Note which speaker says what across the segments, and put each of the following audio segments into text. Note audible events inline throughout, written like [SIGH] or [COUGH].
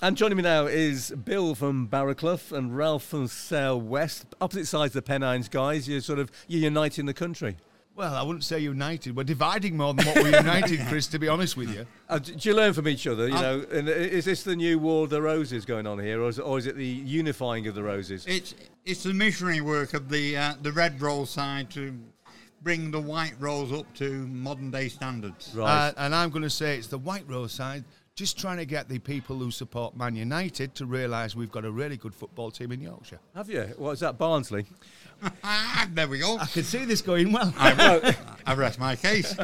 Speaker 1: And joining me now is Bill from Barraclough and Ralph from Sale West. Opposite sides of the Pennines, guys. You're sort of you're uniting the country.
Speaker 2: Well, I wouldn't say united. We're dividing more than what we're
Speaker 3: [LAUGHS]
Speaker 2: united, Chris. To be honest with you,
Speaker 1: Uh, d- do you learn from each other? You know, and i- is this the new War of the Roses going on here, or is, or is it the unifying of the roses?
Speaker 3: It's it's the missionary work of the uh, the red roll side to bring the white rolls up to modern day standards.
Speaker 1: right.
Speaker 2: Uh, and I'm going to say it's the White Rose side just trying to get the people who support Man United to realise we've got a really good football team in Yorkshire.
Speaker 1: Have you? What is that, Barnsley?
Speaker 3: Ah, there we go.
Speaker 2: I can see this going well.
Speaker 3: I rest my case.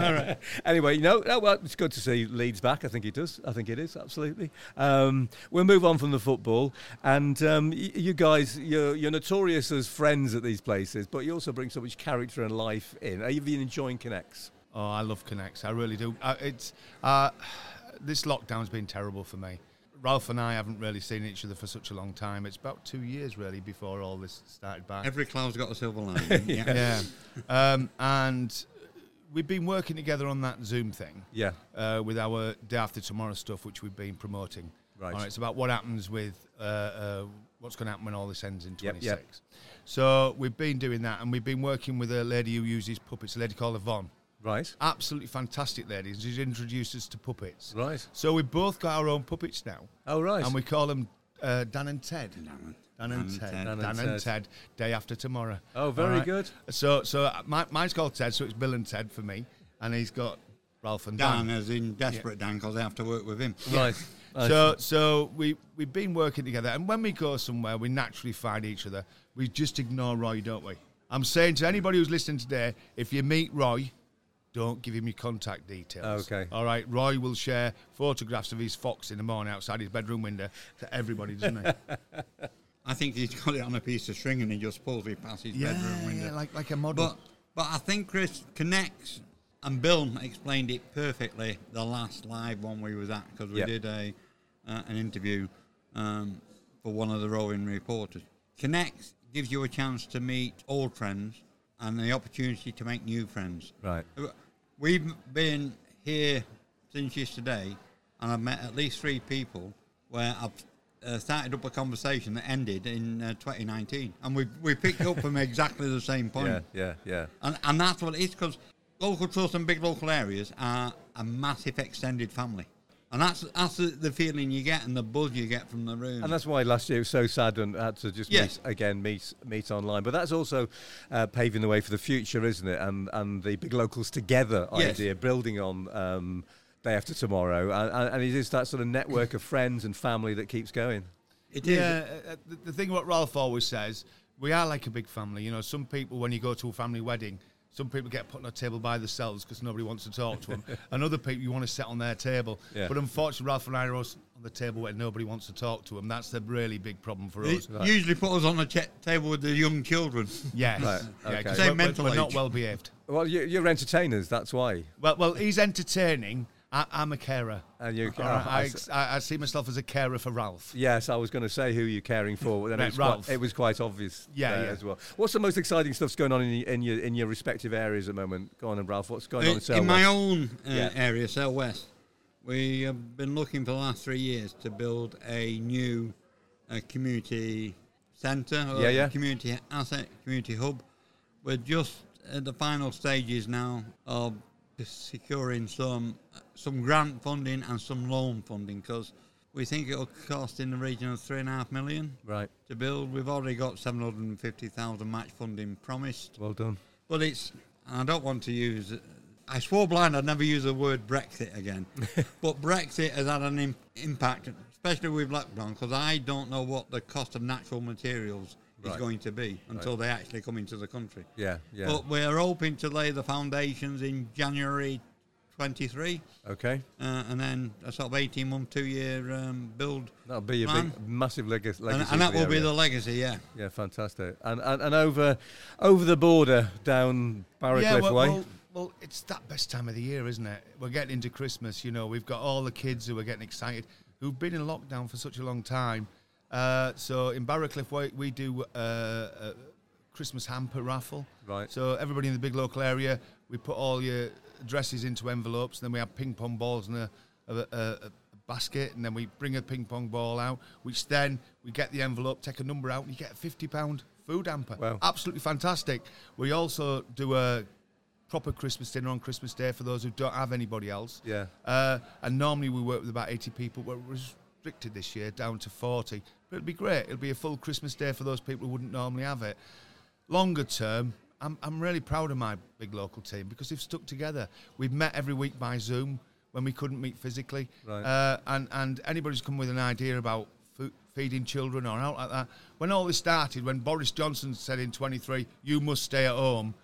Speaker 1: Anyway, you know, oh, well, it's good to see Leeds back. I think he does. I think it is absolutely. Um, we'll move on from the football, and um, y- you guys, you're, you're notorious as friends at these places, but you also bring so much character and life in. Have you been enjoying Connects?
Speaker 2: [LAUGHS] Oh, I love Connects. I really do. Uh, it's uh, [SIGHS] this lockdown's been terrible for me. Ralph and I haven't really seen each other for such a long time. It's about two years really before all this started back.
Speaker 3: Every cloud's got a silver lining. yeah.
Speaker 2: yeah, um, and we've been working together on that Zoom thing.
Speaker 1: Yeah.
Speaker 2: uh, with our day after tomorrow stuff, which we've been promoting.
Speaker 1: Right.
Speaker 2: All It's about what happens with uh, uh, what's going to happen when all this ends in
Speaker 1: Yep,
Speaker 2: 26.
Speaker 1: yep.
Speaker 2: So we've been doing that, and we've been working with a lady who uses puppets, a lady called Yvonne.
Speaker 1: Right.
Speaker 2: Absolutely fantastic lady. She's introduced us to puppets.
Speaker 1: Right.
Speaker 2: So we've both got our own puppets now.
Speaker 1: Oh, right.
Speaker 2: And we call them uh, Dan and Ted.
Speaker 3: and-
Speaker 2: Dan and Ted. Dan and Ted. Day after tomorrow.
Speaker 1: Oh, very
Speaker 2: All right.
Speaker 1: good.
Speaker 2: So, so uh, my, mine's called Ted, so it's Bill and Ted for me, and he's got Ralph and Dan.
Speaker 3: Dan, as in desperate Dan, 'cause Dan, because I have to work with him.
Speaker 1: Right. I
Speaker 2: So, so we we've been working together, and when we go somewhere, we naturally find each other. We just ignore Roy, don't we? I'm saying to anybody who's listening today, if you meet Roy, don't give him your contact details.
Speaker 1: Okay.
Speaker 2: All right. Roy will share photographs of his fox in the morning outside his bedroom window to everybody, [LAUGHS] doesn't he?
Speaker 3: I think he's got it on a piece of string and he just pulls it past his bedroom window.
Speaker 2: like like a model.
Speaker 3: But but I think Chris connects, and Bill explained it perfectly the last live one we was at because we
Speaker 1: Yep.
Speaker 3: did a uh, an interview um, for one of the rowing reporters. Connects gives you a chance to meet old friends and the opportunity to make new friends. Uh,
Speaker 1: Right.
Speaker 3: We've been here since yesterday, and I've met at least three people where I've uh, started up a conversation that ended in uh, 2019, and we we picked up from exactly the same point.
Speaker 1: Oh, yeah. Yeah. Yeah.
Speaker 3: And, and that's what it is because local trusts and big local areas are a massive extended family. And that's that's the, the feeling you get and the buzz you get from the room.
Speaker 1: And that's why last year it was so sad and had to just
Speaker 3: Yes.
Speaker 1: meet again, meet meet online. But that's also uh, paving the way for the future, isn't it? And and the big locals together
Speaker 3: Yes.
Speaker 1: idea, building on um, day after tomorrow, and, and- and it is that sort of network of friends and family that keeps going.
Speaker 3: it is.
Speaker 2: yeah, uh, uh, the, the thing what Ralph always says, we are like a big family. You know, some people when you go to a family wedding, some people get put on a table by themselves because nobody wants to talk
Speaker 1: [LAUGHS]
Speaker 2: to them, and other people you want to sit on their table.
Speaker 1: Yeah.
Speaker 2: But unfortunately, Ralph and I are also on the table where nobody wants to talk to them. That's the really big problem for
Speaker 3: They
Speaker 2: us.
Speaker 3: usually put us on a che- table with the young children. [LAUGHS]
Speaker 2: Yes,
Speaker 1: Right,
Speaker 2: yeah,
Speaker 1: okay.
Speaker 2: 'cause
Speaker 3: Same
Speaker 2: we're- we're,
Speaker 3: mental
Speaker 2: we're not
Speaker 3: age.
Speaker 2: well behaved.
Speaker 1: Well, you, you're entertainers, that's why.
Speaker 2: Well, well, he's entertaining. I, I'm a carer.
Speaker 1: And you,
Speaker 2: All right, I, ex- I, I see myself as a carer for Ralph.
Speaker 1: yes, I was going to say who you're caring for, but then it
Speaker 2: Right,
Speaker 1: was,
Speaker 2: Ralph.
Speaker 1: quite, it was quite obvious.
Speaker 2: Yeah,
Speaker 1: there
Speaker 2: yeah.
Speaker 1: as well. What's the most exciting stuff's going on in, y- in your in your respective areas at the moment? Go on, and Ralph, what's going on in,
Speaker 3: Uh, in
Speaker 1: Selwyn?
Speaker 3: my own uh,
Speaker 1: Yeah.
Speaker 3: area, South West, we have been looking for the last three years to build a new uh, community centre, or
Speaker 1: Yeah, yeah.
Speaker 3: community asset, community hub. We're just at the final stages now of securing some some grant funding and some loan funding because we think it'll cost in the region of three and a half million
Speaker 1: Right,
Speaker 3: to build. We've already got seven hundred and fifty thousand match funding promised.
Speaker 1: well done.
Speaker 3: Well, it's. I don't want to use. I swore blind I'd never use the word Brexit
Speaker 1: [LAUGHS]
Speaker 3: again, but Brexit has had an Im- impact, especially with lockdown, because I don't know what the cost of natural materials is
Speaker 1: Right.
Speaker 3: going to be until they actually come into the country.
Speaker 1: Yeah, yeah.
Speaker 3: But we're hoping to lay the foundations in January 23,
Speaker 1: okay.
Speaker 3: uh, and then a sort of 18 month, two year um, build.
Speaker 1: That'll be a
Speaker 3: plan.
Speaker 1: big, massive lega- legacy.
Speaker 3: And, and that
Speaker 1: for
Speaker 3: will be
Speaker 1: area.
Speaker 3: the legacy, yeah.
Speaker 1: yeah, fantastic. And, and and over over the border down Barracliff
Speaker 2: yeah, well,
Speaker 1: Way.
Speaker 2: Well, well, it's that best time of the year, isn't it? We're getting into Christmas. You know, we've got all the kids who are getting excited, who've been in lockdown for such a long time. Uh, so in Barracliff, we, we do uh, a Christmas hamper raffle.
Speaker 1: Right.
Speaker 2: So everybody in the big local area, we put all your dresses into envelopes, and then we have ping pong balls and a, a, a, a basket, and then we bring a ping pong ball out, which then we get the envelope, take a number out, and you get a fifty pound food hamper.
Speaker 1: Wow.
Speaker 2: Absolutely fantastic. We also do a proper Christmas dinner on Christmas Day for those who don't have anybody else.
Speaker 1: Yeah.
Speaker 2: Uh, and normally we work with about 80 people. We're restricted this year down to 40. But it'll be great. It'll be a full Christmas day for those people who wouldn't normally have it. Longer term, I'm, I'm really proud of my big local team because they've stuck together. We've met every week by Zoom when we couldn't meet physically.
Speaker 1: Right.
Speaker 2: Uh, and, and anybody's come with an idea about food, feeding children or out like that. When all this started, when Boris Johnson said in 23, you must stay at home,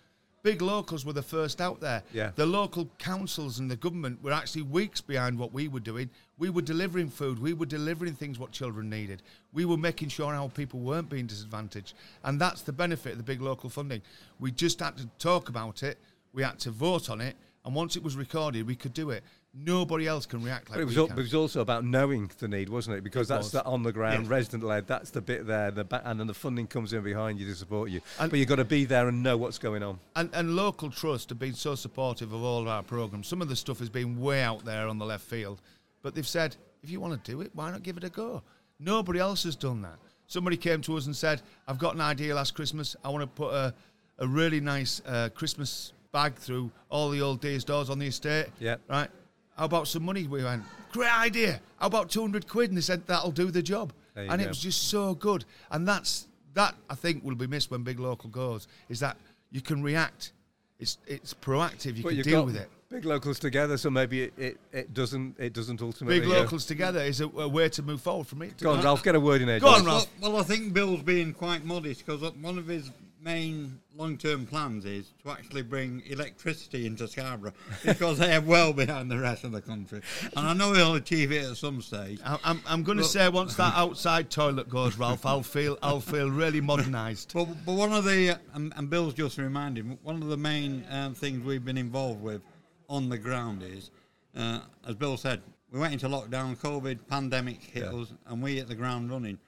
Speaker 2: big locals were the first out there.
Speaker 1: Yeah.
Speaker 2: The local councils and the government were actually weeks behind what we were doing. We were delivering food, we were delivering things what children needed. We were making sure our people weren't being disadvantaged. And that's the benefit of the big local funding. We just had to talk about it, we had to vote on it, and once it was recorded, we could do it. Nobody else can react like
Speaker 1: But it was,
Speaker 2: we
Speaker 1: al-
Speaker 2: can.
Speaker 1: it was also about knowing the need, wasn't it? Because that's
Speaker 2: was.
Speaker 1: the on the ground,
Speaker 2: Yes.
Speaker 1: resident led. That's the bit there, the back, and then the funding comes in behind you to support you.
Speaker 2: And-
Speaker 1: but you've got to be there and know what's going on.
Speaker 2: And, and local trust have been so supportive of all of our programs. Some of the stuff has been way out there on the left field, but they've said, if you want to do it, why not give it a go? Nobody else has done that. Somebody came to us and said, I've got an idea last Christmas. I want to put a, a really nice uh, Christmas bag through all the old days doors on the estate.
Speaker 1: Yeah.
Speaker 2: Right. How about some money? We went, great idea. How about 200 quid? And they said, that'll do the job.
Speaker 1: There you
Speaker 2: And it
Speaker 1: go.
Speaker 2: was just so good. And that's that I think will be missed when big local goes is that you can react. It's it's proactive. You
Speaker 1: But
Speaker 2: can
Speaker 1: you've
Speaker 2: deal
Speaker 1: got
Speaker 2: with it.
Speaker 1: Big locals together, so maybe it, it, it doesn't it doesn't ultimately.
Speaker 2: Big
Speaker 1: uh,
Speaker 2: locals together is a, a way to move forward from it.
Speaker 1: Go on, Ralph. Get a word in there.
Speaker 2: Go on,
Speaker 1: Johnny.
Speaker 2: Ralph.
Speaker 3: Well, well, I think Bill's being quite modest because one of his main long-term plans is to actually bring electricity into Scarborough because [LAUGHS] they are well behind the rest of the country, and I know he'll achieve it at some stage.
Speaker 2: I- I'm, I'm going to say once that outside toilet goes, Ralph, I'll feel I'll feel really modernised.
Speaker 3: But, but one of the and, and Bill's just reminded me, one of the main um, things we've been involved with on the ground is, uh, as Bill said, we went into lockdown, COVID pandemic hit
Speaker 1: Yeah.
Speaker 3: us, and we hit the ground running.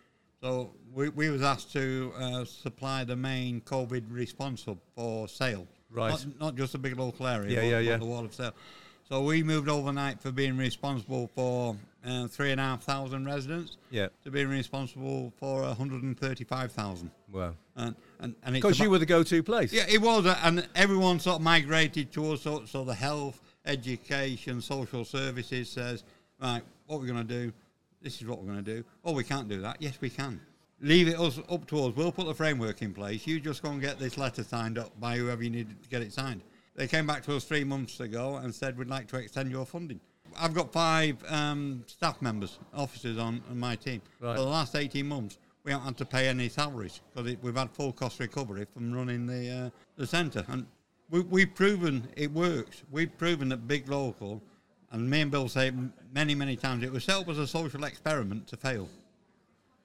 Speaker 3: So we, we was asked to uh, supply the main COVID response hub for sale,
Speaker 1: Right.
Speaker 3: Not, not just a big local area,
Speaker 1: Yeah,
Speaker 3: but,
Speaker 1: yeah,
Speaker 3: but
Speaker 1: yeah.
Speaker 3: the wall of sale. So we moved overnight for being responsible for uh, three and a half thousand residents.
Speaker 1: Yeah.
Speaker 3: To being responsible for 135,000
Speaker 1: Wow.
Speaker 3: and and, and it's
Speaker 1: Because you
Speaker 3: about-
Speaker 1: were the go-to place.
Speaker 3: yeah it was uh, and everyone sort of migrated towards so, so the health education social services says right what we're going to do this is what we're going to do oh we can't do that yes we can leave it us up to us we'll put the framework in place you just go and get this letter signed up by whoever you need to get it signed they came back to us three months ago and said we'd like to extend your funding I've got five um, staff members, officers on, on my team.
Speaker 1: Right.
Speaker 3: For the last 18 months, we haven't had to pay any salaries because we've had full cost recovery from running the uh, the centre. And we, we've proven it works. We've proven that big local, and me and Bill say it m- many, many times, it was set up as a social experiment to fail.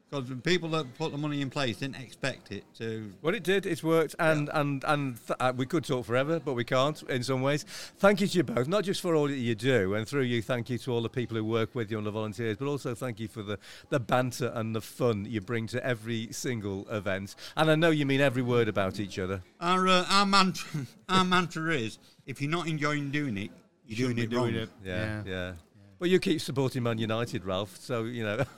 Speaker 3: Because the people that put the money in place didn't expect it to.
Speaker 1: Well, it did. It's worked, and and and th- uh, we could talk forever, but we can't in some ways. Thank you to you both, not just for all that you do, and through you, thank you to all the people who work with you and the volunteers, but also thank you for the the banter and the fun you bring to every single event. And I know you mean every word about each other.
Speaker 3: Our, uh, our, mantra, [LAUGHS] our mantra is if you're not enjoying doing it, you're doing
Speaker 2: Shouldn't be
Speaker 3: it wrong.
Speaker 2: doing it.
Speaker 1: Yeah, yeah.
Speaker 2: Yeah.
Speaker 1: But you keep supporting Man United, Ralph. So you know. [LAUGHS]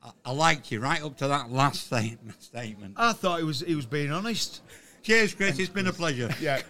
Speaker 3: I, I liked you right up to that last [LAUGHS] statement. statement.
Speaker 1: [LAUGHS]
Speaker 2: I thought he was he was being honest.
Speaker 3: Cheers, Chris. it's been a pleasure.
Speaker 2: Yeah.